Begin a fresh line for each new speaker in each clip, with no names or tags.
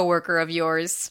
coworker of yours.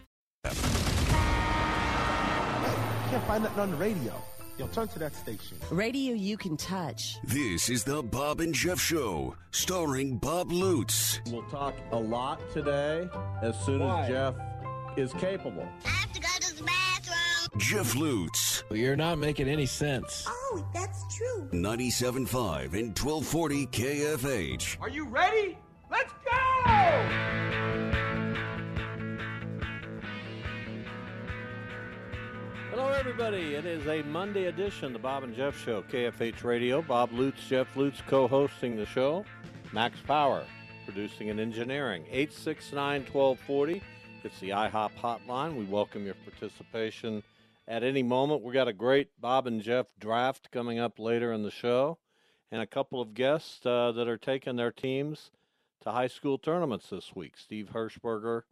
Can't find nothing on the radio. Yo, turn to that station.
Radio you can touch.
This is the Bob and Jeff Show, starring Bob Lutz.
We'll talk a lot today as soon as Jeff is capable.
I have to go to the bathroom.
Jeff Lutz,
You're not making any sense.
Oh, that's true.
97.5 and 1240 KFH.
Are you ready? Let's go!
Hello, everybody. It is a Monday edition of the Bob and Jeff Show, KFH Radio. Bob Lutz, Jeff Lutz co hosting the show. Max Power, producing and engineering. 869 1240. It's the IHOP hotline. We welcome your participation at any moment. We've got a great Bob and Jeff draft coming up later in the show, and a couple of guests uh, that are taking their teams to high school tournaments this week. Steve Hirschberger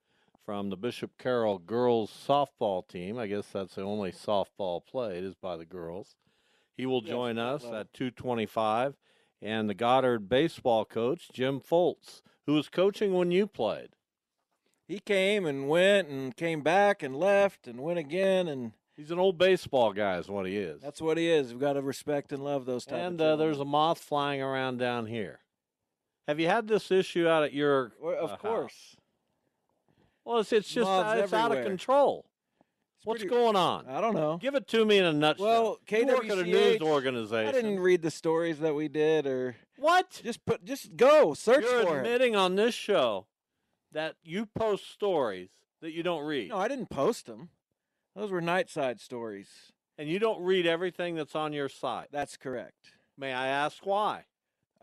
from the Bishop Carroll girls softball team. I guess that's the only softball played is by the girls. He will join us at 225 and the Goddard baseball coach Jim Foltz, who was coaching when you played.
he came and went and came back and left and went again and
He's an old baseball guy is what he is.
that's what he is we've got to respect and love those type
and
of
uh, there's a moth flying around down here. Have you had this issue out at your
gentlemen. Well,
uh,
of
house?
course
Well, it's, it's just uh,
Moths
it's out of
everywhere.
control.
It's
What's
pretty-
going on?
i don't know
Give it to me in a nutshell.
well
You work at a news
KWCH,
organization.
i didn't read the stories that we did or
What?
just put just go search
You're
for it
admitting on this show that you post stories that you don't read,
no i didn't post them those were nightside stories
and you don't read everything that's on your site.
that's correct
May I ask why?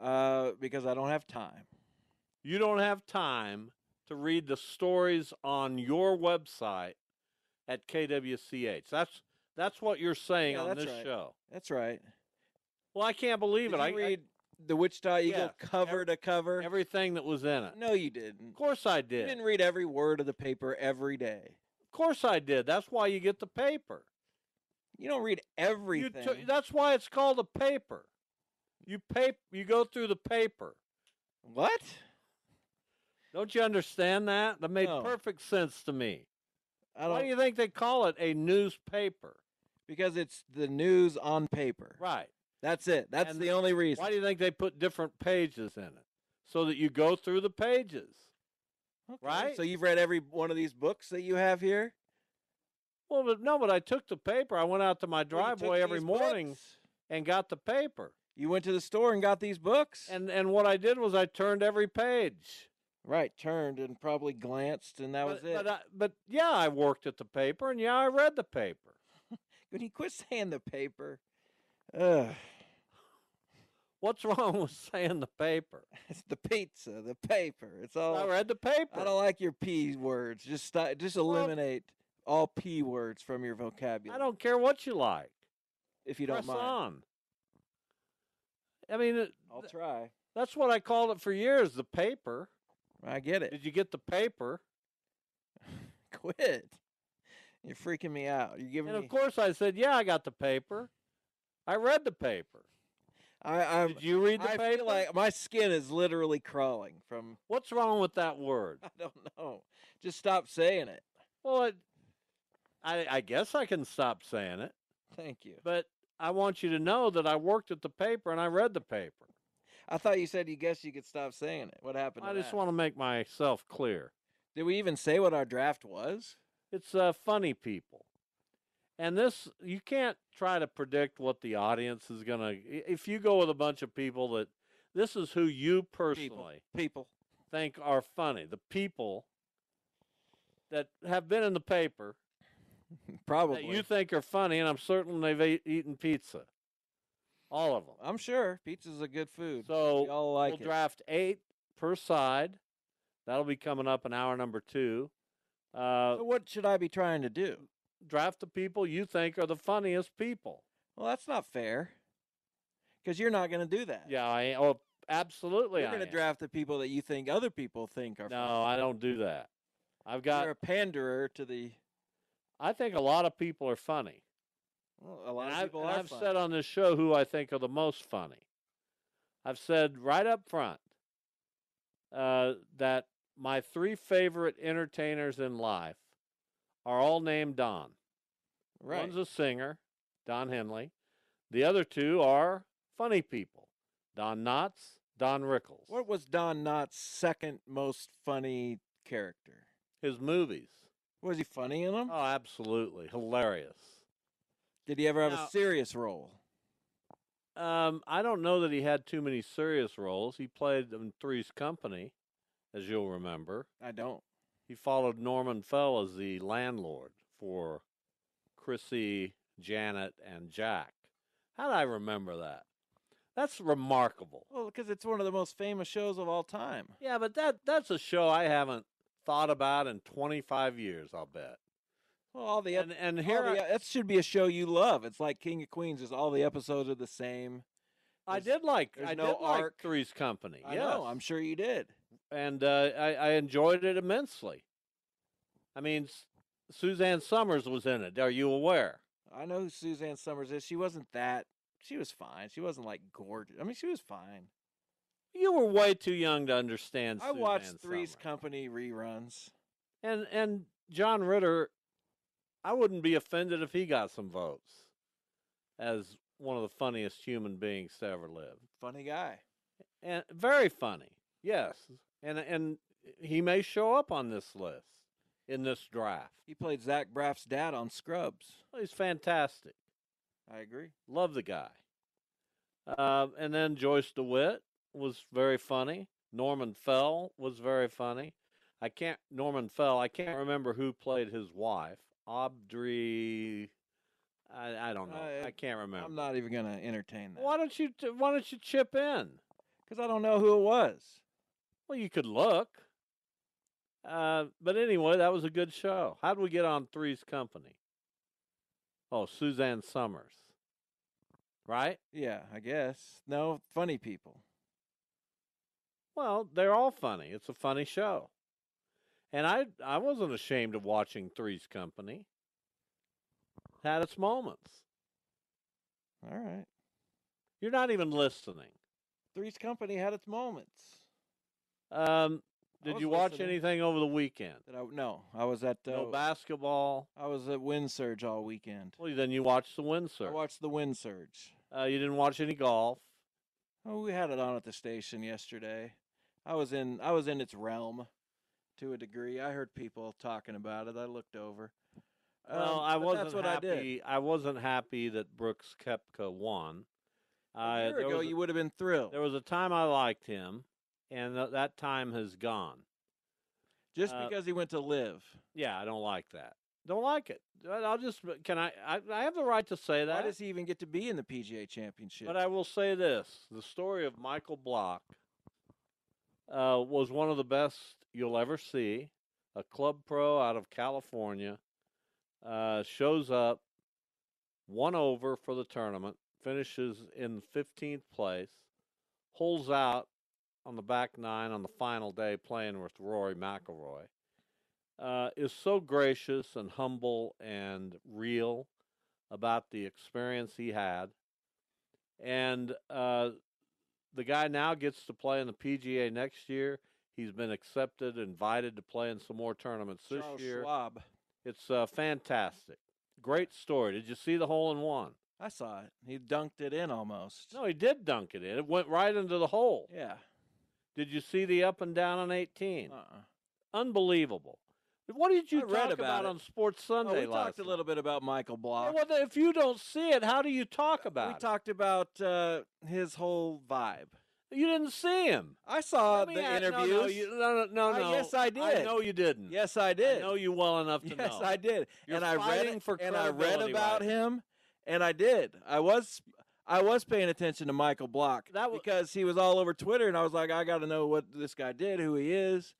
uh, because i don't have time
You don't have time to read the stories on your website at KWCH. That's that's what you're saying
Yeah,
on
that's
this
right.
show.
that's right
Well, I can't believe
did
it. I
you
I-
read the wichita eagle
Yeah, ev-
cover to cover
everything that was in it.
no you didn't
Of course I
You
did.
didn't read every word of the paper every day.
Of course I did. That's why you get the paper.
You don't read
You
everything.
took- that's why it's called a paper. You pay, you go through the paper.
what?
Don't you understand that? That made
No.
perfect sense to me.
I
Why do
don't
you think they call it a newspaper?
because it's the news on paper.
Right.
That's it. That's
And
the only reason.
Why do you think they put different pages in it? So that you go through the pages.
Okay,
right?
So you've read every one of these books that you have here.
Well, but no, but I took the paper. I went out to my
Well, you took
driveway every
these
morning
books.
and got the paper.
You went to the store and got these books.
And and what I did was I turned every page.
right, turned and probably glanced, and that
but,
was it.
But, uh I, but yeah, I worked at the paper, and yeah, I read the paper.
When you quit saying the paper, ugh,
What's wrong with saying the paper?
it's the pizza, the paper. It's all.
I read the paper.
Oh, I don't like your p words. Just stop, just
Well-
eliminate all p words from your vocabulary.
I don't care what you like.
If you don't
Press
mind,
on. I mean, it-
I'll
th-
try.
that's what I called it for years. The paper.
I get it.
Did you get the paper?
Quit. You're freaking me out. You're giving
And of
me.
course, I said, "Yeah, I got the paper. I read the paper.
I, I'm.
Did you read the
I
paper?
feel like my skin is literally crawling from.
What's wrong with that word?
I don't know. Just stop saying it.
Well, it, I, I guess I can stop saying it,
Thank you.
but I want you to know that I worked at the paper and I read the paper.
I thought you said you guess you could stop saying it. What happened?
I
to
just
that?
want to make myself clear.
Did we even say what our draft was?
It's uh, funny people. And this, you can't try to predict what the audience is going to. If you go with a bunch of people that this is who you personally
People.
think are funny, the people that have been in the paper
Probably.
that you think are funny, and I'm certain they've ate, eaten pizza. All of them.
I'm sure pizza's a good food.
So
we all like
we'll
it.
draft eight per side. That'll be coming up in hour number two. Uh,
So what should I be trying to do?
draft the people you think are the funniest people.
Well, that's not fair. Because you're not going to do that.
Yeah, I oh absolutely.
You're
I
going to
am.
draft the people that you think other people think are.
No, I don't do that. I've
funny.
got.
You're a panderer to the.
I think a lot of people are funny.
Well, a lot
and
of
I've,
people
and
are.
I've
funny.
said on this show who I think are the most funny. I've said right up front uh, that my three favorite entertainers in life are all named Don.
right.
One's a singer, Don Henley. The other two are funny people, Don Knotts, Don Rickles.
What was Don Knott's second most funny character?
His movies.
Was he funny in them?
Oh, absolutely hilarious.
Did he ever have
now-
a serious role?
Um, I don't know that he had too many serious roles. He played in Three's Company, as you'll remember.
I don't.
He followed Norman Fell as the landlord for Chrissy, Janet, and Jack. How do I remember that? That's remarkable.
Well, because it's one of the most famous shows of all time.
Yeah, but that that's a show I haven't thought about in 25 years, I'll bet.
Well, all the ep-
And and
all
here
the- e,
I,
that should be a show you love. It's like King of Queens. Is all the episodes are the same?
I
there's-
did like
there's
I
no
did like
arc.
Three's Company.
I
yes.
know. I'm sure you did.
and uh, I, I enjoyed it immensely. I mean, S- Suzanne Summers was in it. Are you aware?
I know who Suzanne Summers is. She wasn't that. She was fine. She wasn't like gorgeous. I mean, she was fine.
You were way too young to understand.
I watched
Suzanne
Three's
Summers.
Company reruns.
and and John Ritter. I wouldn't be offended if he got some votes as one of the funniest human beings to ever live,
Funny guy.
and very funny. Yes, and and he may show up on this list in this draft.
He played Zach Braff's dad on Scrubs.
He's fantastic.
I agree.
Love the guy. Um, and then Joyce DeWitt was very funny. Norman Fell was very funny. I can't Norman Fell. I can't remember who played his wife. Audrey. I, I don't know.
I-
I can't remember.
I'm not even gonna entertain that
Why don't you t- Why don't you chip in?
because I don't know who it was.
Well, you could look. Uh, but anyway, that was a good show. How would we get on Three's Company? Oh, Suzanne Summers. Right.
Yeah, I guess. No, funny people.
Well, they're all funny. It's a funny show. And I I wasn't ashamed of watching Three's Company. Had its moments.
All right.
You're not even listening.
Three's Company had its moments.
Um,
I
did
was
you watch
listening.
anything over the weekend?
That I no, I was at uh,
no basketball.
I was at Wind Surge all weekend.
Well, then you watched the
I
Windsor.
watched the Wind Surge.
uh, you didn't watch any golf.
Oh, we had it on at the station yesterday. I was in I was in its realm to a degree. I heard people talking about it. I looked over.
well,
Um,
I
but
wasn't
that's what
happy.
I did.
wasn't happy that Brooks Kepka won.
A year
uh, there
ago,
was a-
you would have been thrilled.
there was a time I liked him, and th- that time has gone.
Just
uh,
because he went to live.
Yeah, I don't like that. Don't like it. But I'll just can I I, I have the right to say
Why
that.
does he even get to be in the PGA Championship?
but I will say this: the story of Michael Block uh, was one of the best you'll ever see. A club pro out of California uh, shows up, one over for the tournament, finishes in 15th place, holds out on the back nine on the final day playing with Rory McIlroy. Uh, is so gracious and humble and real about the experience he had and uh, the guy now gets to play in the PGA next year. He's been accepted, invited to play in some more tournaments this
Charles
year.
Schwab.
It's uh, fantastic. Great story. Did you see the hole in one?
I saw it. He dunked it in almost.
No, he did dunk it in. It went right into the hole.
Yeah.
Did you see the up and down on 18?
Uh-uh.
Unbelievable. What did you
I read
talk
about it.
on Sports
Oh,
Sunday
we
last
talked a
night?
little bit about Michael
Yeah,
Block.
well, then, if you don't see it, how do you talk about
Uh, we
it?
talked about uh, his whole vibe.
you didn't see him.
I saw
Let me
Uh, the
ask- no,
interviews.
No, you- no, no, no,
Uh,
no.
yes, I
I
did.
know you didn't.
Yes, I did.
I know you well enough to
yes,
know.
I did.
You're
and I read
fighting
it,
for
and I read
credibility
about
right
him, and I did. I was I was paying attention to Michael Block
That wa-
because he was all over Twitter, and I was like, I got to know what this guy did, who he is,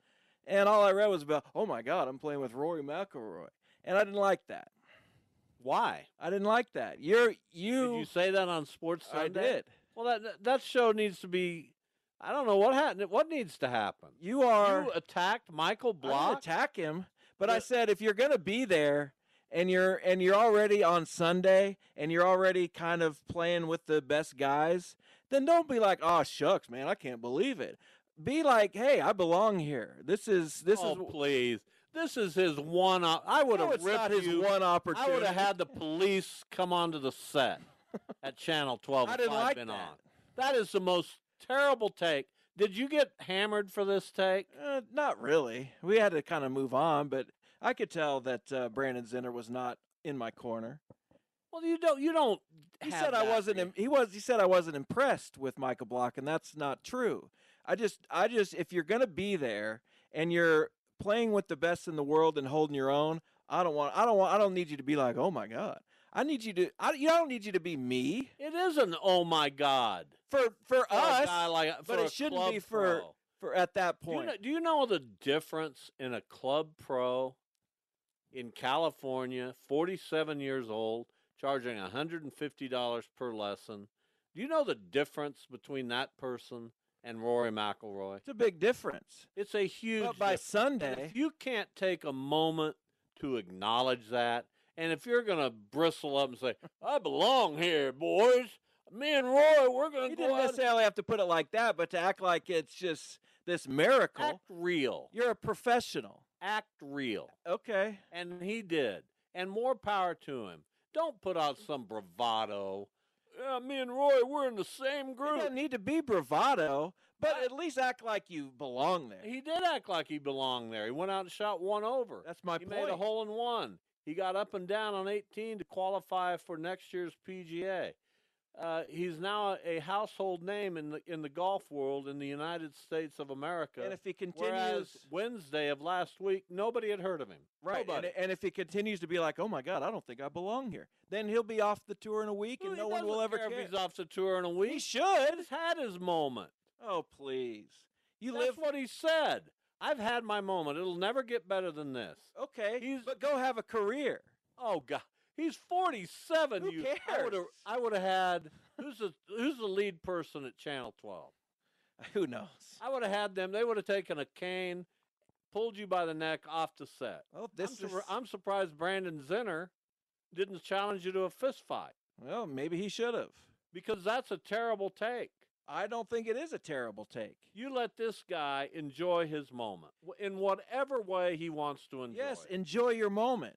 and all I read was about, oh my God, I'm playing with Rory McIlroy, and I didn't like that.
Why?
I didn't like that. You're you.
Did you say that on Sports
I
Sunday?
did.
Well, that- that that show needs to be. I don't know what happened. What needs to happen?
You are
you attacked Michael
I didn't
Block.
attack him. But I
Yeah.
said if you're gonna be there and you're and you're already on Sunday and you're already kind of playing with the best guys, then don't be like, oh shucks, man, I can't believe it. Be like, hey, I belong here. This is this
oh,
is
please. This is his one. Op- I would
no,
have
it's
ripped
not his
you.
one
I
opportunity.
would have had the police come onto the set at Channel 12
I
if
didn't
I'd
like
been
that.
on. That is the most terrible take. Did you get hammered for this take?
Uh, not really. We had to kind of move on, but I could tell that uh, Brandon Zinner was not in my corner.
Well, you don't. You don't.
He
have
said I
that
wasn't.
re-
Im- he was. He said I wasn't impressed with Michael Block, and that's not true. I just, I just, if you're gonna be there and you're playing with the best in the world and holding your own, I don't want. I don't want. I don't need you to be like, oh my god. I need you to. I, you don't need you to be me
It is an oh my god
for
for
for
a
us.
guy like
but
for
it
a
shouldn't
club
be for-
pro.
for at that
Do you,
point,
know, do you know the difference in a club pro in California, 47 years old, charging $150 per lesson? Do you know the difference between that person and Rory McIlroy?
it's a big difference.
It's a huge
But by
difference. And
Sunday,
If you can't take a moment to acknowledge that, and if you're going to bristle up and say, I belong here, boys, me and Roy, we're going to
you didn't
go out and
necessarily have to put it like that, but to act like it's just this miracle.
act real,
you're a professional.
act real.
Okay.
And he did. And more power to him. Don't put out some bravado. Yeah, me and Roy, we're in the same
You
group.
don't need to be bravado, but
I-
at least act like you belong there.
He did act like he belonged there. He went out and shot one over.
That's
he
my point.
made a hole in one. He got up and down on 18 to qualify for next year's PGA. Uh, he's now a household name in the in the golf world in the United States of America.
and if he continues,
Whereas Weddsday of last week, nobody had heard of him.
right, and,
Nobody.
and if he continues to be like, "Oh my God, I don't think I belong here," then he'll be off the tour in a week,
Well,
and
he
no one will
doesn't
ever
care
care.
if he's off the tour in a week.
he should.
He's had his moment.
Oh please, you
That's
live
what he said. I've had my moment. It'll never get better than this.
okay,
He's-
but go have a career.
Oh God, he's forty-seven.
Who
you, I would have.
cares?
I would have had who's the who's the lead person at Channel Twelve.
Who knows?
I would have had them. They would have taken a cane, pulled you by the neck off the set.
Well,
I'm,
this is
surpri- I'm surprised Brandon Zinner didn't challenge you to a fist fight
well, maybe he should have.
because that's a terrible take.
I don't think it is a terrible take.
You let this guy enjoy his moment w- in whatever way he wants to enjoy.
Yes,
it.
enjoy your moment,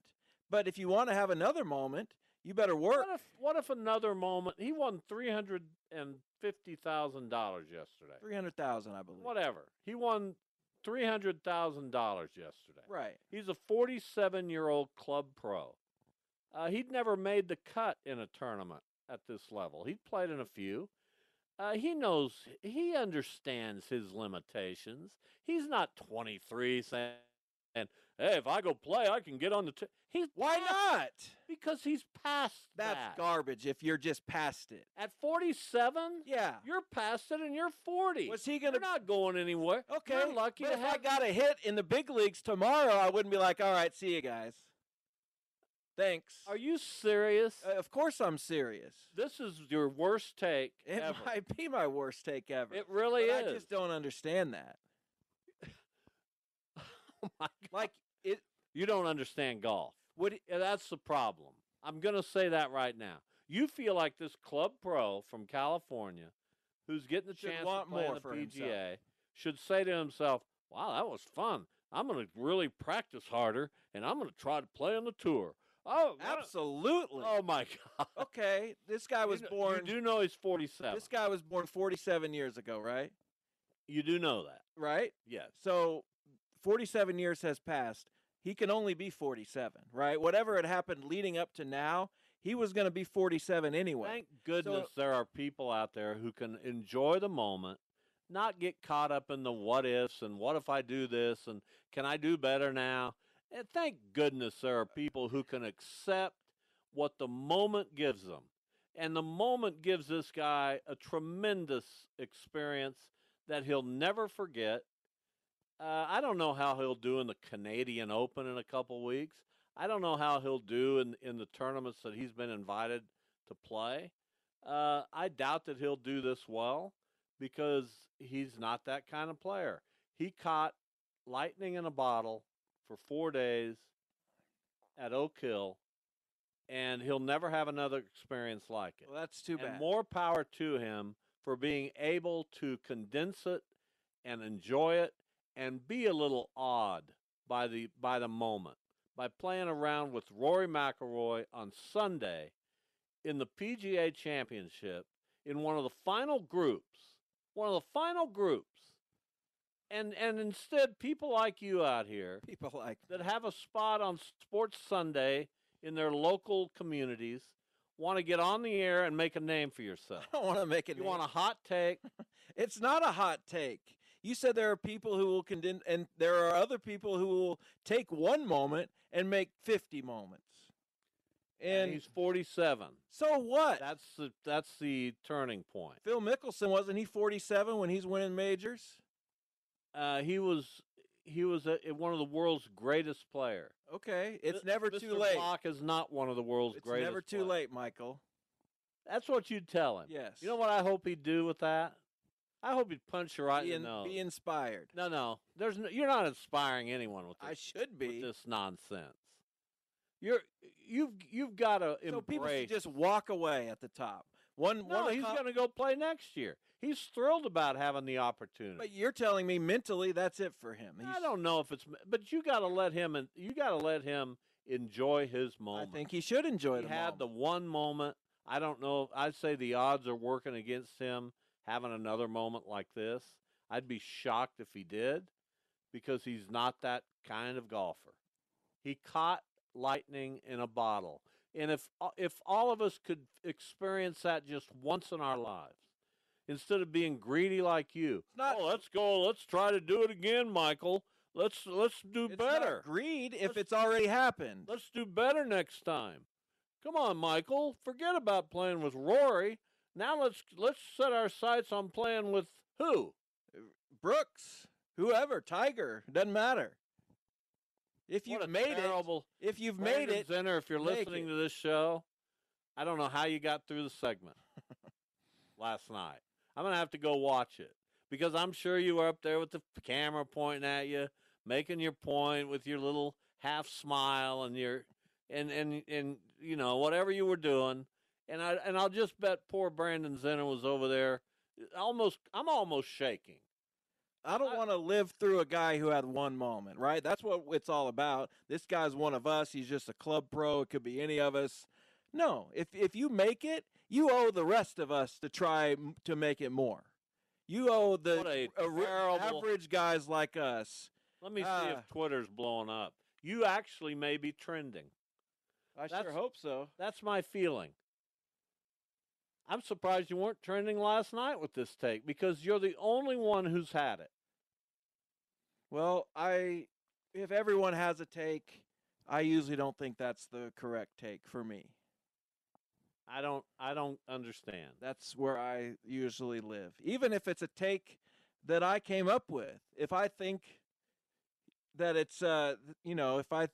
but if you want to have another moment, you better work.
What if what if another moment he won three hundred and fifty thousand dollars yesterday?
Three hundred thousand, I believe.
Whatever. He won three hundred thousand dollars yesterday.
Right.
He's a forty seven year old club pro. Uh, he'd never made the cut in a tournament at this level. He'd played in a few. Uh, he knows he understands his limitations. He's not twenty three saying Hey, if I go play, I can get on the. T-. He's
Why
past-
not?
Because he's past
Ah, That's
that.
garbage if you're just past it.
At 47?
Yeah.
You're past it and you're 40.
Was he gonna-
You're not going anywhere.
Okay.
You're lucky
but
to
if
have
I got a hit in the big leagues tomorrow, I wouldn't be like, all right, see you guys. Thanks.
Are you serious?
Uh, of course I'm serious.
this is your worst take
It
ever.
might be my worst take ever.
It really
but
is.
I just don't understand that.
Oh my God.
Like it
You don't understand golf.
would
Yeah, that's the problem. I'm going to say that right now. You feel like this club pro from California who's getting the
Should
chance
want
to play in
more
the PGA
for himself.
should say to himself, "Wow, that was fun. I'm going to really practice harder and I'm going to try to play on the tour." Oh, what a-
absolutely.
Oh my God!
okay. This guy was
you know,
born
You do know he's forty-seven.
This guy was born 47 years ago, right?
you do know that,
Right?
yes?
So 47 years has passed. He can only be 47, right? Whatever had happened leading up to now, he was going to be 47 anyway.
Thank goodness there are people out there who can enjoy the moment, not get caught up in the what ifs and what if I do this and can I do better now. And thank goodness there are people who can accept what the moment gives them. And the moment gives this guy a tremendous experience that he'll never forget. Uh, I don't know how he'll do in the Canadian Open in a couple weeks. I don't know how he'll do in, in the tournaments that he's been invited to play. Uh, I doubt that he'll do this well because he's not that kind of player. He caught lightning in a bottle for four days at Oak Hill, and he'll never have another experience like it.
Well, that's too
and
bad.
more power to him for being able to condense it and enjoy it and be a little awed by the by the moment by playing around with Rory McIlroy on Sunday in the PGA Championship in one of the final groups, one of the final groups. And and instead people like you out here
people like
that have a spot on Sports Sunday in their local communities want to get on the air and make a name for yourself.
I don't want to make it.
You want a hot take?
It's not a hot take. You said there are people who will condemn, and there are other people who will take one moment and make 50 moments.
And
And
he's 47.
so what?
That's the that's the turning point.
Phil Mickelson wasn't he 47 when he's winning majors?
Uh, he was he was a, one of the world's greatest player.
Okay, it's
Mi-
never
Mr.
too late.
Block is not one of the world's
It's
greatest.
never too
players.
late, Michael.
That's what you'd tell him.
Yes.
You know what I hope he'd do with that? I hope he'd punch you right
be,
in
in-
the nose.
be inspired.
no, no, there's no, you're not inspiring anyone with this.
I should
with
be.
this nonsense. You're you've you've got to
So
embrace.
people should just walk away at the top. One,
no,
one
he's
accom-
going to go play next year. He's thrilled about having the opportunity.
But you're telling me mentally that's it for him. He's-
I don't know if it's, but you got to let him and you got to let him enjoy his
I
moment.
think he should enjoy
he
the
had the
moment.
one moment. I don't know. I'd say the odds are working against him having another moment like this. I'd be shocked if he did because he's not that kind of golfer. He caught lightning in a bottle. And if a- if all of us could experience that just once in our lives, instead of being greedy like you,
not-
oh, let's go, let's try to do it again, Michael. Let's let's do
It's not
better.
greed if
Let's-
it's already happened.
Let's do better next time. Come on, Michael. Forget about playing with Rory. Now let's let's set our sights on playing with who?
Brooks, whoever, Tiger, doesn't matter. If
What
you've
a
made it,
terrible
if you've made
Brandon
it,
Zinner, if you're
make
listening
it.
to this show, I don't know how you got through the segment last night. I'm gonna have to go watch it because I'm sure you were up there with the f- camera pointing at you, making your point with your little half smile and your and and and you know whatever you were doing. And I and I'll just bet poor Brandon Zinner was over there, uh, almost I'm almost shaking.
I don't
I-
want to live through a guy who had one moment, right? That's what it's all about. This guy's one of us. He's just a club pro. It could be any of us. No, if if you make it, you owe the rest of us to try m- to make it more. You owe the
What a
re-
terrible-
average guys like us.
Let me see
Ah.
if Twitter's blowing up. You actually may be trending.
I
That's-
hope so.
That's my feeling. I'm surprised you weren't trending last night with this take because you're the only one who's had it.
Well, I if everyone has a take, I usually don't think that's the correct take for me.
I don't I don't understand.
That's where I usually live. Even if it's a take that I came up with, if I think that it's uh th- you know, if I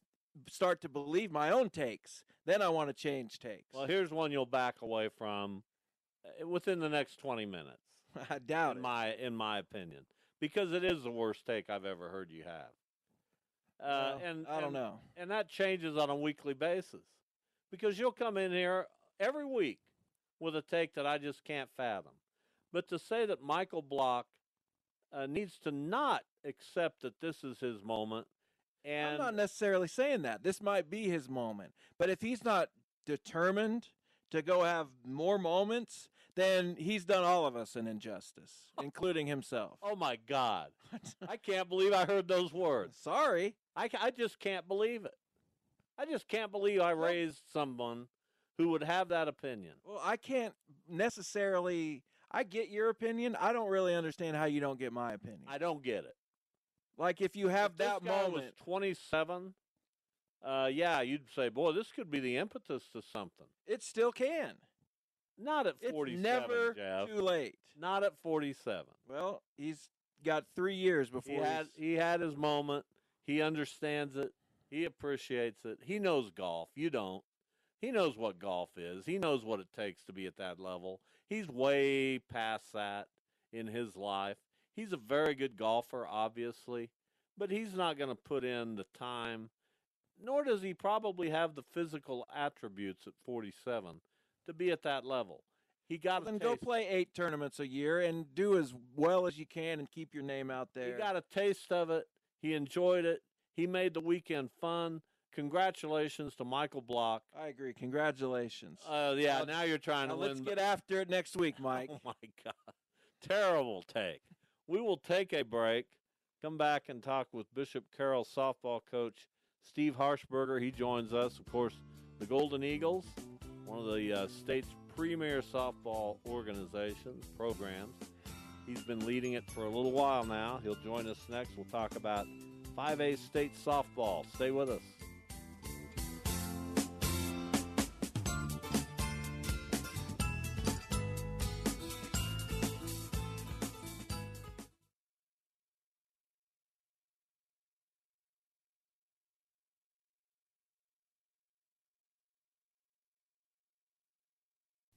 start to believe my own takes, then I want to change takes.
Well, here's one you'll back away from uh, within the next 20 minutes
I doubt
in
it.
my in my opinion because it is the worst take I've ever heard you have. Uh,
Well,
and
I don't
and-
know.
and that changes on a weekly basis because you'll come in here every week with a take that I just can't fathom. But to say that Michael Block uh, needs to not accept that this is his moment,
I'm
and
not necessarily saying that. This might be his moment. But if he's not determined to go have more moments, then he's done all of us an injustice, including himself.
Oh my God. I can't believe I heard those words.
Sorry.
I, ca- I just can't believe it. I just can't believe I raised someone who would have that opinion.
Well, I can't necessarily. I get your opinion. I don't really understand how you don't get my opinion.
I don't get it.
like if you have
If this
that
guy was
moment.
27. Uh, yeah, you'd say, boy, this could be the impetus to something.
It still can.
Not at
It's
47,
never
Jeff.
too late.
Not at 47.
Well, he's got three years
He
before
had
he's-
he had his moment. He understands it. He appreciates it. He knows golf. You don't. He knows what golf is. He knows what it takes to be at that level. He's way past that in his life. He's a very good golfer, obviously, but he's not going to put in the time, nor does he probably have the physical attributes at 47 to be at that level. He got
Well, then
a
go
taste.
play eight tournaments a year and do as well as you can and keep your name out there.
He got a taste of it. He enjoyed it. He made the weekend fun. Congratulations to Michael Block.
I agree. Congratulations.
Uh, yeah,
Now-
now you're trying
now
to
let's
win.
get after it next week, Mike.
Oh my God, terrible take. We will take a break. Come back and talk with Bishop Carroll softball coach Steve Harshberger. He joins us, of course. The Golden Eagles, one of the uh, state's premier softball organizations programs. He's been leading it for a little while now. He'll join us next. We'll talk about 5A state softball. Stay with us.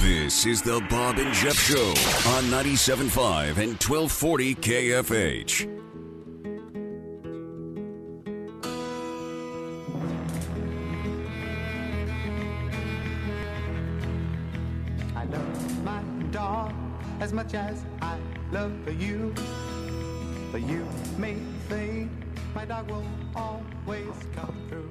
This is the Bob and Jeff Show on 97.5 and 1240 KFH.
I love my dog as much as I love you. But you may think my dog will always come through.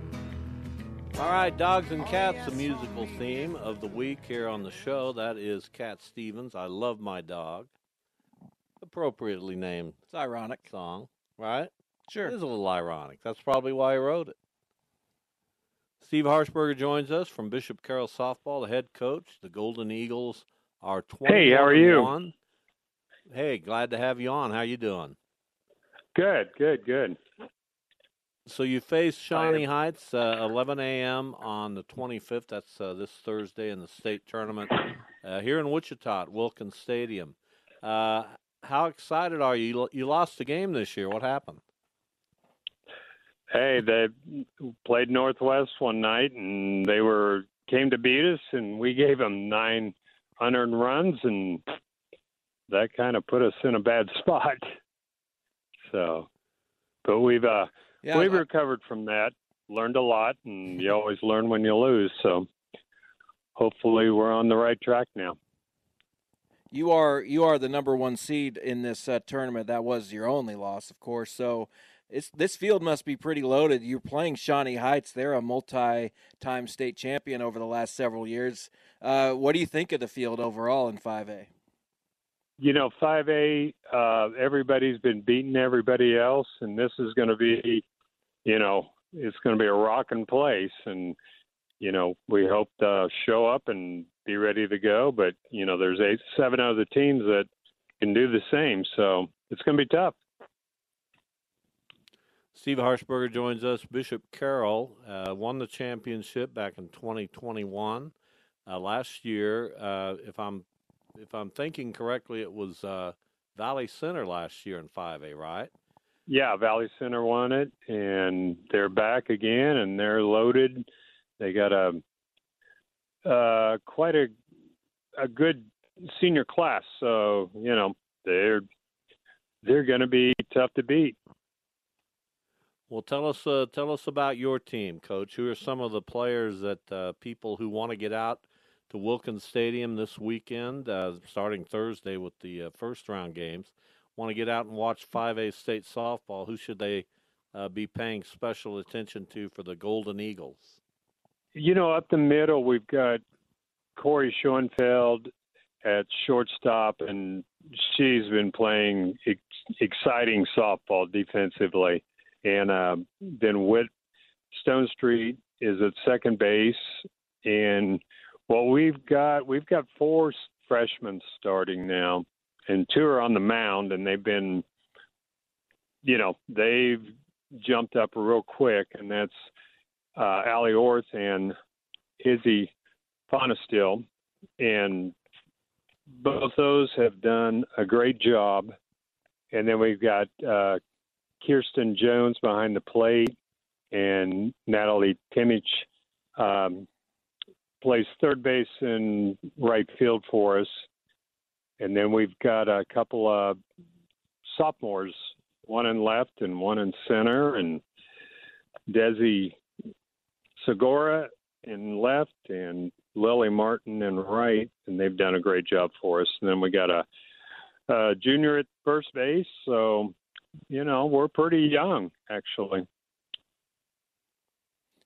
All right, Dogs and Cats, the musical theme of the week here on the show. That is Cat Stevens, I Love My Dog. Appropriately named
It's ironic.
song, right?
Sure.
It is a little ironic. That's probably why he wrote it. Steve Harshberger joins us from Bishop Carroll Softball, the head coach. The Golden Eagles are 20.
Hey, how are you?
Hey, glad to have you on. How you doing?
Good, good, good.
So you face Shawnee Heights, uh, 11 a.m. on the 25th. That's uh, this Thursday in the state tournament uh, here in Wichita at Wilkins Stadium. Uh, how excited are you? you? lo- You lost the game this year. What happened?
Hey, they played Northwest one night, and they were came to beat us, and we gave them nine unearned runs, and that kind of put us in a bad spot. So, but we've uh,
Yeah,
we've
I-
recovered from that. learned a lot, and you always learn when you lose. So hopefully, we're on the right track now.
You are you are the number one seed in this uh, tournament. That was your only loss, of course. So it's this field must be pretty loaded. You're playing Shawnee Heights. They're a multi-time state champion over the last several years. Uh, what do you think of the field overall in 5A?
You know, 5A, uh, everybody's been beating everybody else, and this is going to be, you know, it's going to be a rocking place. And, you know, we hope to show up and be ready to go. But, you know, there's eight, seven other teams that can do the same. So it's going to be tough.
Steve Harshberger joins us. Bishop Carroll uh, won the championship back in 2021. Uh, last year, uh, if I'm if I'm thinking correctly, it was uh, Valley Center last year in 5A, right?
Yeah, Valley Center won it, and they're back again, and they're loaded. They got a quite a a good senior class, so you know they're they're going to be tough to beat.
Well, tell us uh, tell us about your team, Coach. Who are some of the players that uh, people who want to get out to Wilkins Stadium this weekend, uh, starting Thursday with the uh, first round games, want to get out and watch 5A state softball? Who should they uh, be paying special attention to for the Golden Eagles?
You know, up the middle, we've got Corey Schoenfeld at shortstop, and she's been playing ex- exciting softball defensively and uh, then Whit Stone Street is at second base. And what we've got, we've got four freshmen starting now, and two are on the mound, and they've been, you know, they've jumped up real quick, and that's uh, Allie Orth and Izzy Fonestill, and both those have done a great job. And then we've got uh, Kirsten Jones behind the plate, and Natalie Timich um, plays third base and right field for us. And then we've got a couple of sophomores, one in left and one in center, and Desi Segura in left and Lily Martin in right, and they've done a great job for us. And then we got a, a junior at first base, so you know, we're pretty young actually.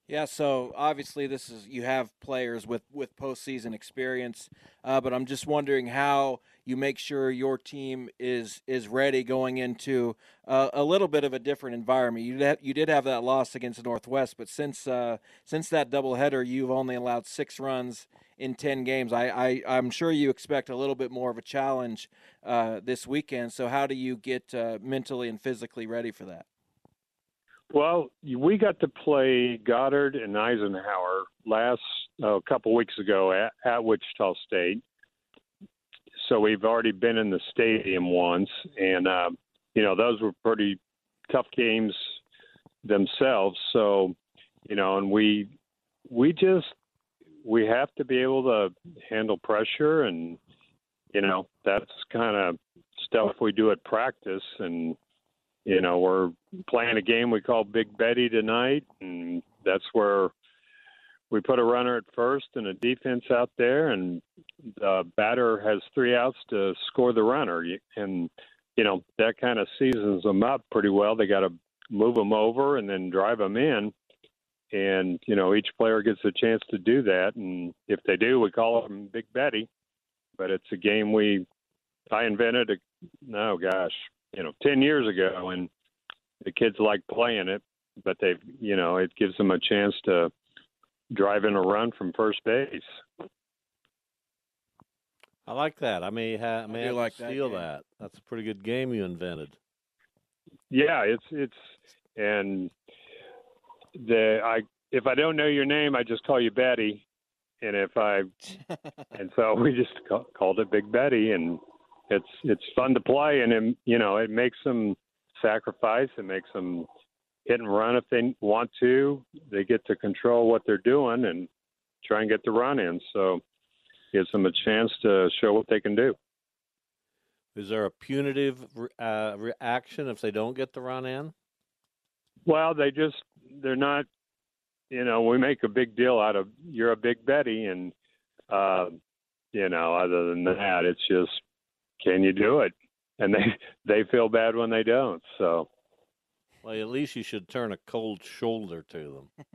Yeah, so obviously this is you have players with with postseason experience, uh, but I'm just wondering how you make sure your team is is ready going into uh, a little bit of a different environment. You did, you did have that loss against Northwest, but since uh, since that doubleheader, you've only allowed six runs in 10 games. I, I, I'm sure you expect a little bit more of a challenge uh, this weekend. So, how do you get uh, mentally and physically ready for that?
Well, we got to play Goddard and Eisenhower last uh, a couple weeks ago at, at Wichita State. So we've already been in the stadium once, and uh, you know those were pretty tough games themselves. So you know, and we we just we have to be able to handle pressure and you know that's kind of stuff we do at practice and you know we're playing a game we call big betty tonight and that's where we put a runner at first and a defense out there and the batter has three outs to score the runner and you know that kind of seasons them up pretty well they got to move them over and then drive them in and you know each player gets a chance to do that and if they do we call them big betty but it's a game we i invented a no oh gosh you know 10 years ago and the kids like playing it but they you know it gives them a chance to drive in a run from first base
i like that i may have may I have like steal that, that that's a pretty good game you invented
yeah it's it's and the I if I don't know your name, I just call you Betty, and if I and so we just ca- called it Big Betty, and it's it's fun to play, and it, you know it makes them sacrifice, it makes them hit and run if they want to. They get to control what they're doing and try and get the run in, so gives them a chance to show what they can do.
Is there a punitive uh, reaction if they don't get the run in?
Well, they just they're not you know, we make a big deal out of you're a big Betty, and uh, you know, other than that, it's just can you do it? And they they feel bad when they don't. So,
Well, at least you should turn a cold shoulder to them.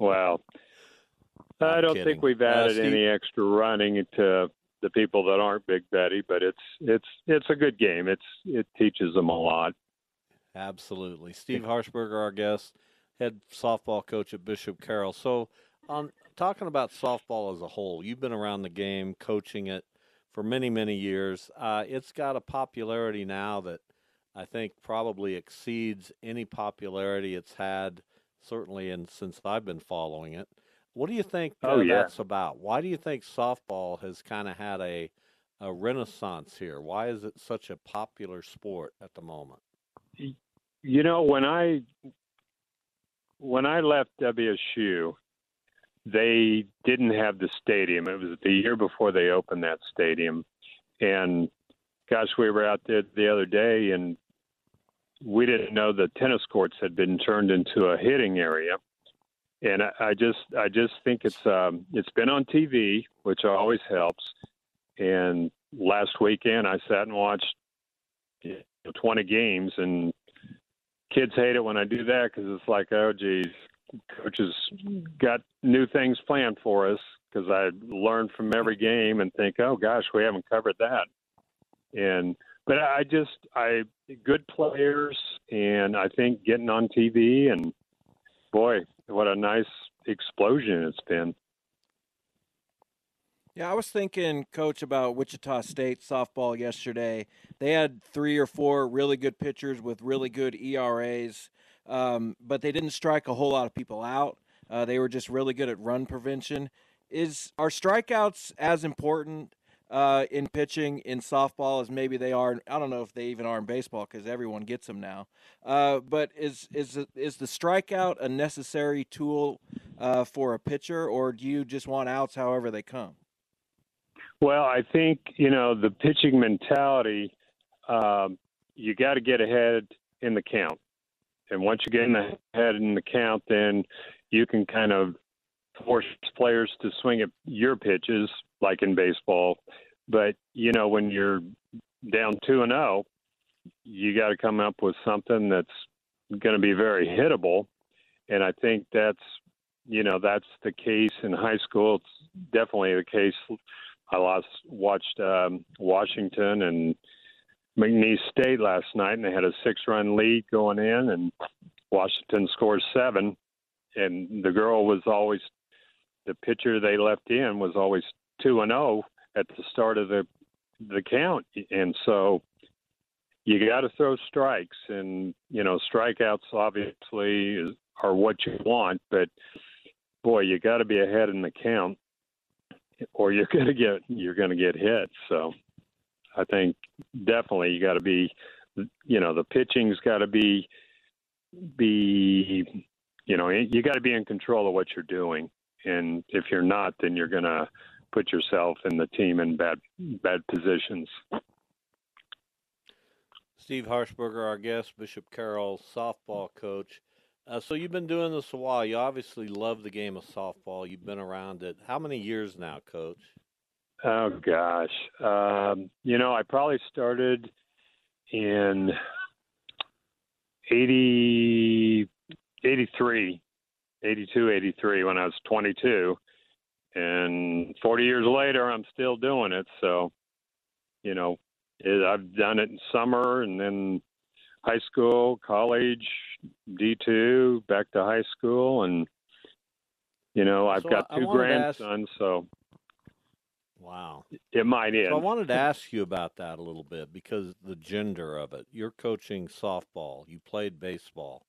well, I don't
kidding.
think we've
Uh,
added
Steve-
any extra running to the people that aren't big Betty, but it's it's it's a good game. It's it teaches them a lot.
Absolutely. Steve Harshberger, our guest, head softball coach at Bishop Carroll. So, um, talking about softball as a whole, you've been around the game, coaching it for many, many years. Uh, it's got a popularity now that I think probably exceeds any popularity it's had, certainly in, since I've been following it. What do you think
Oh,
uh,
yeah.
that's about? Why do you think softball has kind of had a, a renaissance here? Why is it such a popular sport at the moment?
you know when i when i left wsu they didn't have the stadium it was the year before they opened that stadium and gosh we were out there the other day and we didn't know the tennis courts had been turned into a hitting area and i, I just i just think it's um it's been on tv which always helps and last weekend i sat and watched you know, 20 games and kids hate it when I do that because it's like, oh, geez, coaches got new things planned for us because I learn from every game and think, oh, gosh, we haven't covered that. And but I just I good players and I think getting on TV and boy, what a nice explosion it's been.
Yeah, I was thinking, coach, about Wichita State softball yesterday. They had three or four really good pitchers with really good ERAs, um, but they didn't strike a whole lot of people out. Uh, they were just really good at run prevention. Is are strikeouts as important uh, in pitching in softball as maybe they are? I don't know if they even are in baseball because everyone gets them now. Uh, but is is is the strikeout a necessary tool uh, for a pitcher, or do you just want outs however they come?
Well, I think you know the pitching mentality. Um, you got to get ahead in the count, and once you get in the ahead in the count, then you can kind of force players to swing at your pitches, like in baseball. But you know when you're down two and zero, you got to come up with something that's going to be very hittable, and I think that's you know that's the case in high school. It's definitely the case I lost, watched um, Washington and McNeese State last night, and they had a six-run lead going in, and Washington scored seven. And the girl was always the pitcher they left in was always two and zero at the start of the the count, and so you got to throw strikes, and you know strikeouts obviously is, are what you want, but boy, you got to be ahead in the count or you're going to get you're going to get hit. So I think definitely you got to be you know the pitching's got to be be you know you got to be in control of what you're doing and if you're not then you're going to put yourself and the team in bad bad positions.
Steve Harshberger, our guest, Bishop Carroll, softball coach. Uh, so you've been doing this a while. You obviously love the game of softball. You've been around it. How many years now, coach?
Oh gosh, um, you know I probably started in 80, 83, 82, 83 when I was 22, and 40 years later I'm still doing it. So, you know, it, I've done it in summer and then high school, college, D2, back to high school, and you know I've
So
got
I- I
two
wanted to ask-
grandsons, so.
Wow.
It might end.
So I wanted to ask you about that a little bit because the gender of it. You're coaching softball. You played baseball.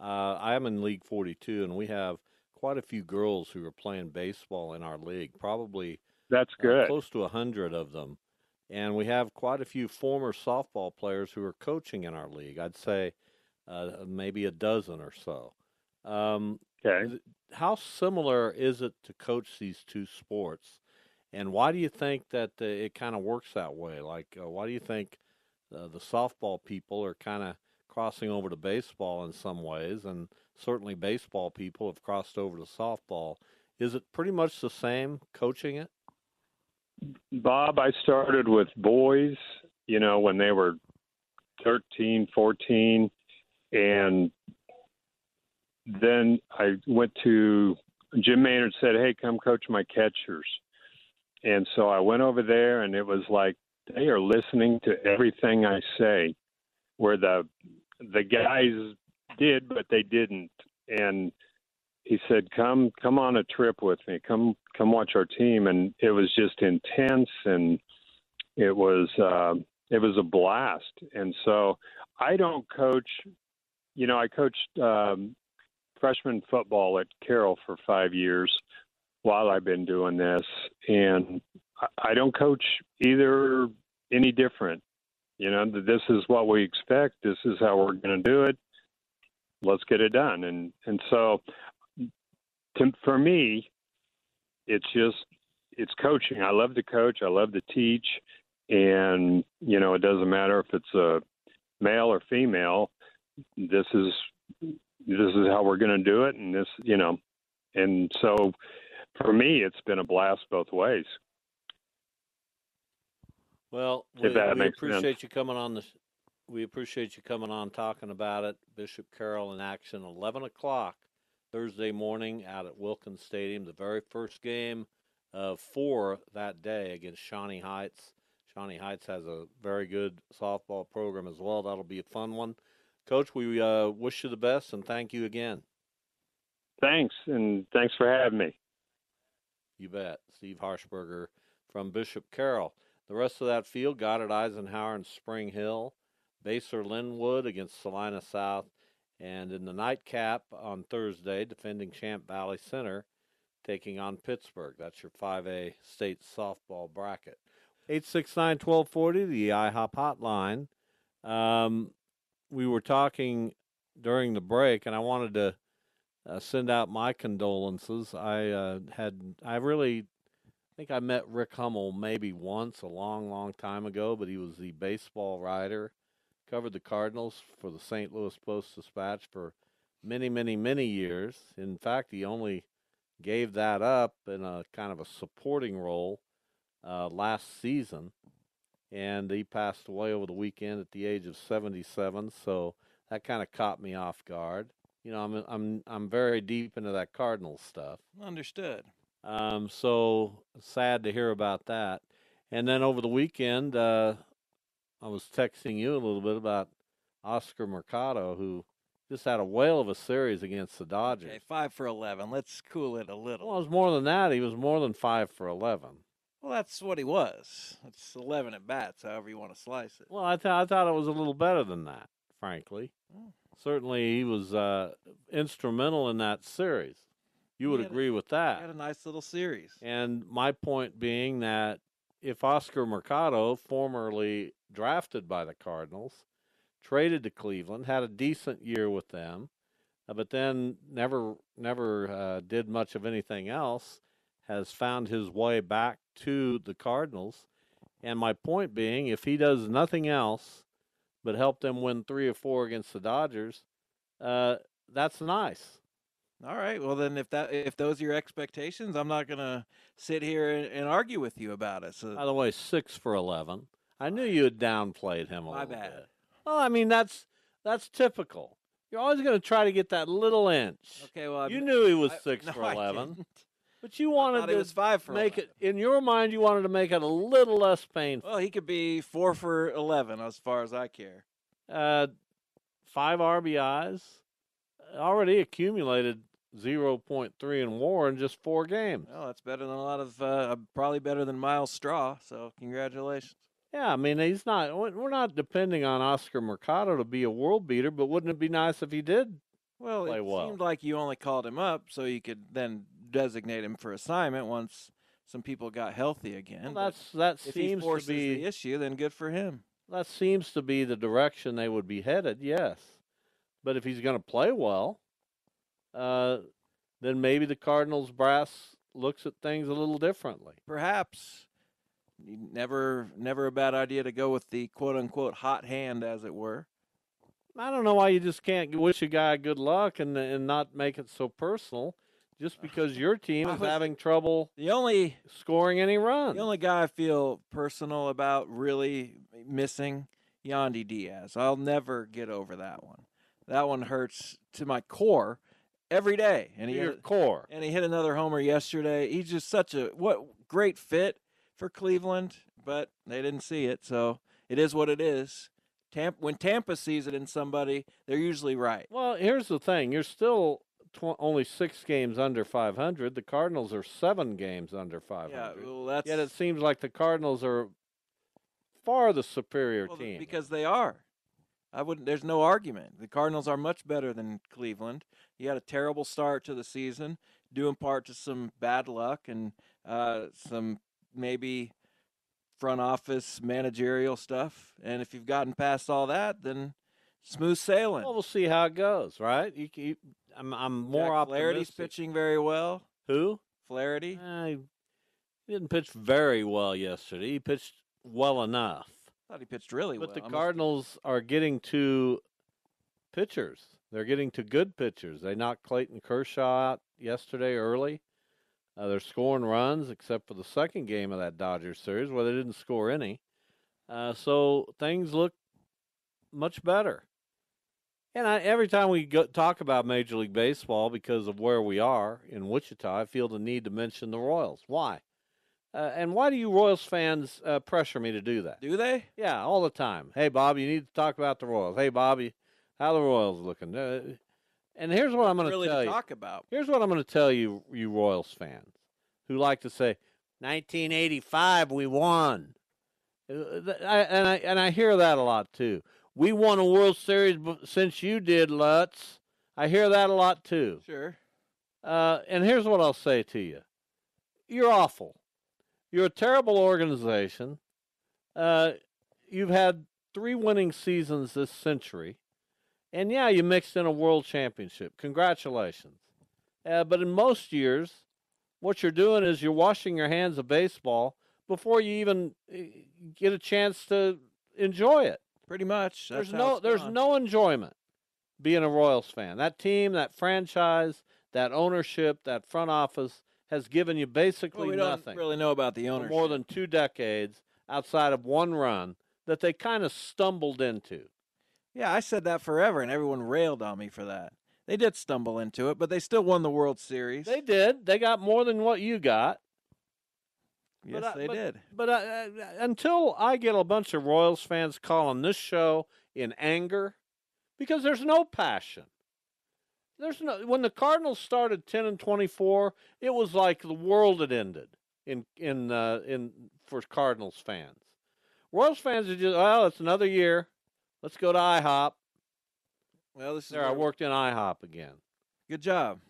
Uh, I am in League 42, and we have quite a few girls who are playing baseball in our league. Probably
That's
uh,
good.
close to a hundred of them, and we have quite a few former softball players who are coaching in our league. I'd say uh, maybe a dozen or so. Um,
okay.
How similar is it to coach these two sports? And why do you think that uh, it kind of works that way? Like, uh, why do you think uh, the softball people are kind of crossing over to baseball in some ways, and certainly baseball people have crossed over to softball. Is it pretty much the same coaching it?
Bob, I started with boys, you know, when they were 13, 14, and then I went to Jim Maynard said, "Hey, come coach my catchers." And so I went over there and it was like they are listening to everything I say where the the guys did but they didn't and he said come come on a trip with me come come watch our team and it was just intense and it was uh, it was a blast and so I don't coach you know I coached um, freshman football at Carroll for 5 years while I've been doing this and I don't coach either any different. You know, this is what we expect. This is how we're going to do it. Let's get it done. And and so, to, for me, it's just it's coaching. I love to coach. I love to teach. And you know, it doesn't matter if it's a male or female. This is this is how we're going to do it. And this, you know, and so for me, it's been a blast both ways.
Well, we, we appreciate sense. you coming on the. We appreciate you coming on talking about it. Bishop Carroll in action, eleven o'clock Thursday morning out at Wilkins Stadium, the very first game of four that day against Shawnee Heights. Shawnee Heights has a very good softball program as well. That'll be a fun one. Coach, we uh, wish you the best and thank you again.
Thanks, and thanks for having me.
You bet. Steve Harshberger from Bishop Carroll. The rest of that field got at Eisenhower and Spring Hill, Baser Linwood against Salina South, and in the nightcap on Thursday, defending champ Valley Center taking on Pittsburgh. That's your 5A state softball bracket. 869 1240, the IHOP hotline. Um, we were talking during the break, and I wanted to uh, send out my condolences. I uh, had, I really I think I met Rick Hummel maybe once a long, long time ago, but he was the baseball writer, covered the Cardinals for the St. Louis Post Dispatch for many, many, many years. In fact, he only gave that up in a kind of a supporting role uh, last season, and he passed away over the weekend at the age of 77. So that kind of caught me off guard. You know, I'm I'm I'm very deep into that Cardinals stuff.
Understood.
Um, so sad to hear about that. And then over the weekend, uh, I was texting you a little bit about Oscar Mercado, who just had a whale of a series against the Dodgers.
Okay, five for 11. Let's cool it a little.
Well, it was more than that. He was more than five for 11.
Well, that's what he was. It's 11 at bats, however you want to slice it.
Well, I, th- I thought it was a little better than that, frankly. Oh. Certainly, he was uh, instrumental in that series. You would agree
a,
with that.
Had a nice little series.
And my point being that if Oscar Mercado, formerly drafted by the Cardinals, traded to Cleveland, had a decent year with them, uh, but then never never uh, did much of anything else, has found his way back to the Cardinals. And my point being, if he does nothing else but help them win three or four against the Dodgers, uh, that's nice.
All right. Well, then, if that if those are your expectations, I'm not going to sit here and, and, argue with you about it. So,
by the way, six for eleven. I knew you had downplayed him a
My
little
bad.
bit. Well, I mean that's that's typical. You're always going to try to get that little inch.
Okay. Well, I'm,
you knew he was six
I,
for
no,
eleven,
I
but you wanted
to five for
make
11.
it in your mind. You wanted to make it a little less painful.
Well, he could be four for eleven, as far as I care.
Uh, five RBIs uh, already accumulated 0.3 in war in just four games.
Well, that's better than a lot of, uh, probably better than Miles Straw. So, congratulations.
Yeah, I mean, he's not, we're not depending on Oscar Mercado to be a world beater, but wouldn't it be nice if he did?
Well,
play
it
well?
seemed like you only called him up so you could then designate him for assignment once some people got healthy again.
Well,
But
that's, that
if he
seems to
forces
be,
the issue, then good for him.
that seems to be the direction they would be headed, yes. But if he's going to play well, uh, then maybe the Cardinals brass looks at things a little differently.
Perhaps never, never a bad idea to go with the quote unquote hot hand, as it were.
I don't know why you just can't wish a guy good luck and and not make it so personal, just because your team
I
is
was-
having trouble.
The only
scoring any runs.
The only guy I feel personal about really missing Yandy Diaz. I'll never get over that one. That one hurts to my core every day. And he
To your
hit-
core.
And he hit another homer yesterday. He's just such a what great fit for Cleveland, but they didn't see it, so it is what it is. Tampa, when Tampa sees it in somebody, they're usually right.
Well, here's the thing: you're still tw- only six games under 500. The Cardinals are seven games under 500.
Yeah, well, that's
Yet it seems like the Cardinals are far the superior
Well, th-
team.
because they are. I wouldn't. There's no argument. The Cardinals are much better than Cleveland. You had a terrible start to the season, due in part to some bad luck and uh, some maybe front office managerial stuff. And if you've gotten past all that, then smooth sailing.
Well, we'll see how it goes, right? You, you, I'm, I'm more
Jack Flaherty's
optimistic. Eh,
pitching very well.
Who?
Flaherty.
I He didn't pitch very well yesterday. He pitched well enough.
thought he pitched really
but
well.
the
I must-
Cardinals are getting to pitchers. They're getting to good pitchers. They knocked Clayton Kershaw out yesterday early. Uh, they're scoring runs, except for the second game of that Dodgers series where they didn't score any. Uh, so things look much better. And I, every time we go, talk about Major League Baseball, because of where we are in Wichita, I feel the need to mention the Royals. Why? Uh, and why do you Royals fans uh, pressure me to do that?
Do they?
Yeah, all the time. Hey, Bob, you need to talk about the Royals. Hey, Bobby, how the Royals looking? Uh, and here's what I'm going
really
tell
to
you.
talk about.
Here's what I'm going to tell you, you Royals fans who like to say, 1985, we won. Uh, th- I, and, I, and I hear that a lot too. We won a World Series b- since you did, Lutz. I hear that a lot too.
Sure.
Uh, and here's what I'll say to you you're awful. You're a terrible organization. Uh, you've had three winning seasons this century. And yeah, you mixed in a world championship. Congratulations. Uh, but in most years, what you're doing is you're washing your hands of baseball before you even uh, get a chance to enjoy it.
Pretty much.
There's
That's how
no
it's
there's
gone.
no enjoyment being a Royals fan. That team, that franchise, that ownership, that front office has given you basically
Well, we
nothing
don't really know about the
for
ownership.
more than two decades outside of one run that they kind of stumbled into.
Yeah, I said that forever, and everyone railed on me for that. They did stumble into it, but they still won the World Series.
They did. They got more than what you got.
yes,
I-
they did.
But I, I, until I get a bunch of Royals fans calling this show in anger, because there's no passion. There's no when the Cardinals started ten and twenty four, it was like the world had ended in in uh, in for Cardinals fans. Royals fans are just well, it's another year. Let's go to IHOP.
Well, this is
there. I
where-
worked in IHOP again.
Good job.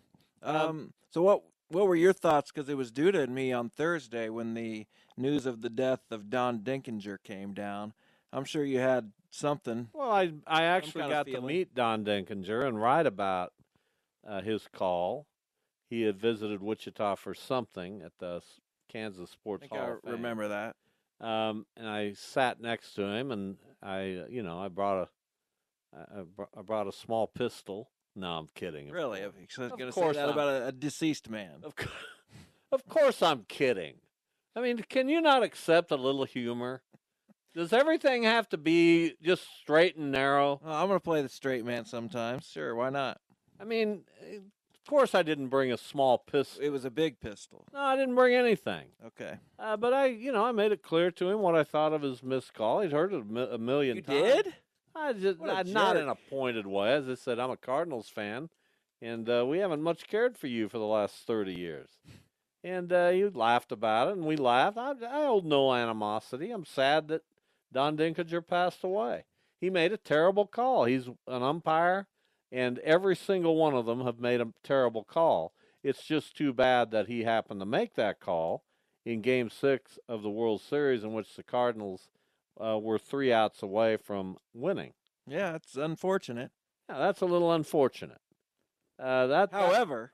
Um, so what what were your thoughts? Because it was due to me on Thursday when the news of the death of Don Dinkinger came down. I'm sure you had something.
Well, I I actually
kinda
got to
feeling.
meet Don Dinkinger and write about uh, his call. He had visited Wichita for something at the S- Kansas Sports
I think
Hall.
I
of Fame.
remember that.
Um, and I sat next to him, and I, uh, you know, I brought a, I- I, br- I brought a small pistol. No, I'm kidding. of
Really?
course.
I was
Of
going to say
course
that
I'm-
about a, a deceased man.
Of course. Of course, I'm kidding. I mean, can you not accept a little humor? Does everything have to be just straight and narrow?
I'm going to play the straight man sometimes. Sure, why not?
I mean, eh, of course, I didn't bring a small pistol.
It was a big pistol.
No, I didn't bring anything.
Okay.
Uh, but I, you know, I made it clear to him what I thought of his missed call. He'd heard it a, mi- a million
You
times.
did?
I just
What a
I- not in a
jerk.
pointed way. As I said, I'm a Cardinals fan, and uh, we haven't much cared for you for the last 30 years. And uh, he laughed about it, and we laughed. I, I hold no animosity. I'm sad that Don Dinkinger passed away. He made a terrible call. He's an umpire, and every single one of them have made a terrible call. It's just too bad that he happened to make that call in Game Six of the World Series, in which the Cardinals uh, were three outs away from winning.
Yeah, it's unfortunate.
Now, that's a little unfortunate. Uh, that, that-
However,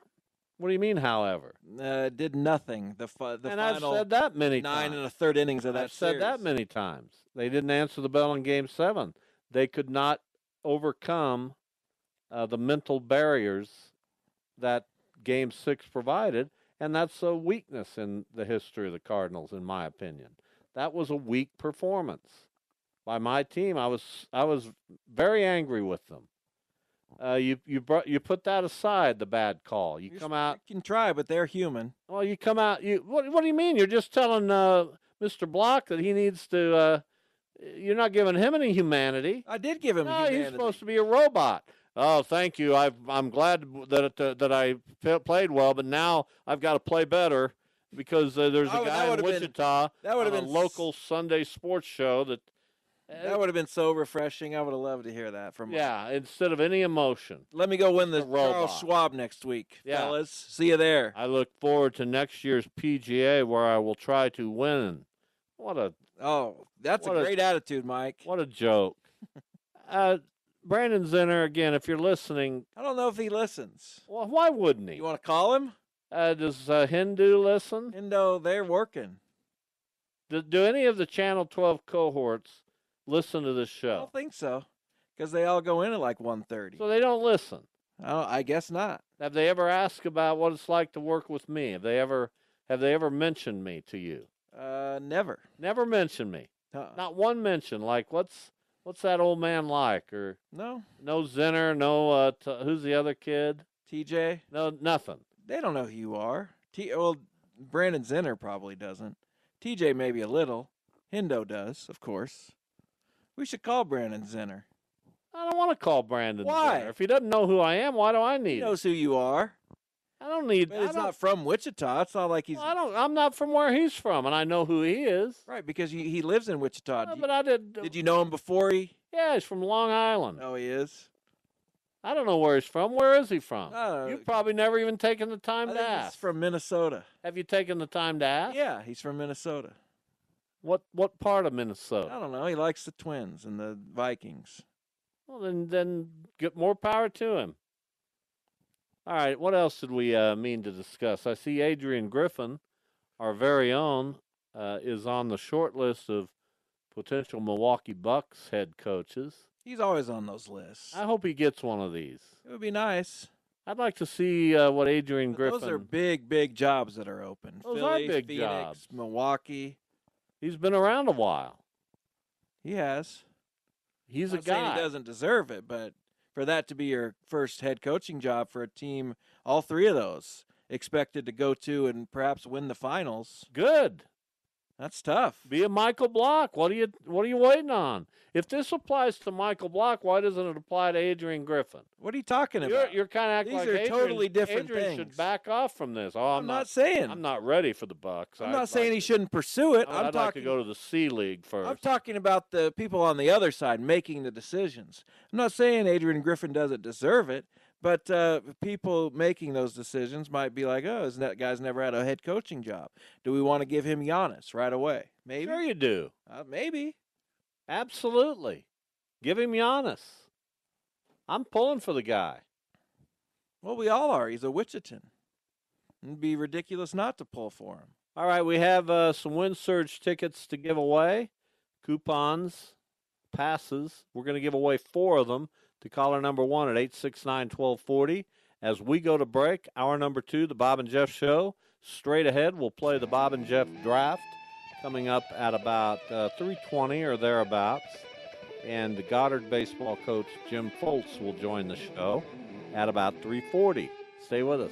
what do you mean? However,
uh, did nothing. The, fi- the
and I've
final
said that many
nine
times.
and a third innings of that
I've said that
series.
many times. They didn't answer the bell in Game Seven. They could not overcome uh, the mental barriers that Game Six provided, and that's a weakness in the history of the Cardinals, in my opinion. That was a weak performance by my team. I was I was very angry with them. Uh, you you brought you put that aside the bad call. You
You're
come out
You can try, but they're human.
well, you come out. You what? What do you mean? You're just telling uh, Mr. Block that he needs to. Uh, you're not giving him any humanity.
I did give him
no,
humanity.
he's supposed to be a robot. Oh, thank you. I've, I'm glad that uh, that I p- played well, but now I've got to play better because uh, there's a
Oh, that
guy in
would've been-
Wichita
that would've
on
been
a
s-
local Sunday sports show that.
That would have been so refreshing. I would have loved to hear that from.
Yeah, instead of any emotion.
Let me go win the
robot.
Charles Schwab next week,
Yeah.
fellas. See you there.
I look forward to next year's PGA where I will try to win. What a
Oh, that's
What
a
a-
great attitude, Mike.
What a joke. uh, Brandon Zinner, again, if you're listening,
I don't know if he listens.
well, why wouldn't he?
You want to call him?
Uh, does uh, Hindu listen?
And no, they're working.
Do, do any of the Channel 12 cohorts listen to this
I
show?
don't think so, because they all go in at like 1.30.
So they don't listen.
I, don't, I guess not.
Have they ever asked about what it's like to work with me? Have they ever have they ever mentioned me to you?
Uh, never.
Never mentioned me.
Uh-uh.
Not one mention. Like what's what's that old man like? Or
No.
no Zinner, no uh, t- who's the other kid?
TJ,
No nothing.
they don't know who you are. T. Well, Brandon Zinner probably doesn't. TJ maybe a little. Hendo does, of course. We should call Brandon Zinner.
I don't want to call Brandon.
Why?
Zinner. If he doesn't know who I am, why do I
He
need? him?
knows who you are.
I don't need.
But
I
he's
don't-
not from Wichita. It's not like he's
I don't. I'm not from where he's from, and I know who he is.
right because he, he lives in Wichita.
Uh,
Did you-
but I did.
Did you Oh. know him before he?
Yeah, he's from Long Island.
No, he is.
I don't know where he's from. Where is he from?
Uh,
You've probably never even taken the
I
time
think
to
he's
ask.
from Minnesota.
Have you taken the time to ask?
Yeah, he's from Minnesota.
What What part of
I
Minnesota?
don't know. He likes the Twins and the Vikings.
Well, then then get more power to him. All right. What else did we uh, mean to discuss? I see Adrian Griffin, our very own, uh, is on the short list of potential Milwaukee Bucks head coaches.
He's always on those lists.
I hope he gets one of these.
It would be nice.
I'd like to see uh, what Adrian
But
Griffin.
Those are big, big jobs that are open.
Those are
Philly,
big
Phoenix,
jobs.
Milwaukee.
He's been around a while.
He has.
He's a
I'm not saying
guy.
He doesn't deserve it, but for that to be your first head coaching job for a team, all three of those expected to go to and perhaps win the finals,
Good.
that's tough.
Be a Michael Block. What are you What are you waiting on? If this applies to Michael Block, why doesn't it apply to Adrian Griffin?
What are you talking
You're,
about?
you're kind of acting
These
like
are
Adrian,
totally different
Adrian should
things.
back off from this. Oh, I'm,
I'm not saying.
I'm not ready for the Bucks.
I'm
I'd
not
like
saying he
to-
shouldn't pursue it.
I'd,
I'm
I'd like to
talking
go to the C League
I'm
1st
talking about the people on the other side making the decisions. I'm not saying Adrian Griffin doesn't deserve it, but uh, people making those decisions might be like, "Oh, isn't that guy's never had a head coaching job? Do we want to give him Giannis right away? Maybe,
Sure, you do.
uh, maybe."
Absolutely. Give him Giannis. I'm pulling for the guy.
Well, we all are. He's a Wichitan. It'd be ridiculous not to pull for him.
All right, we have uh, some wind surge tickets to give away, coupons, passes. We're going to give away four of them to caller number one at 869 1240. As we go to break, hour number two, the Bob and Jeff Show. Straight ahead, we'll play the Bob and Jeff Draft coming up at about uh, 320 or thereabouts. And the Goddard baseball coach Jim Foltz will join the show at about 340. Stay with us.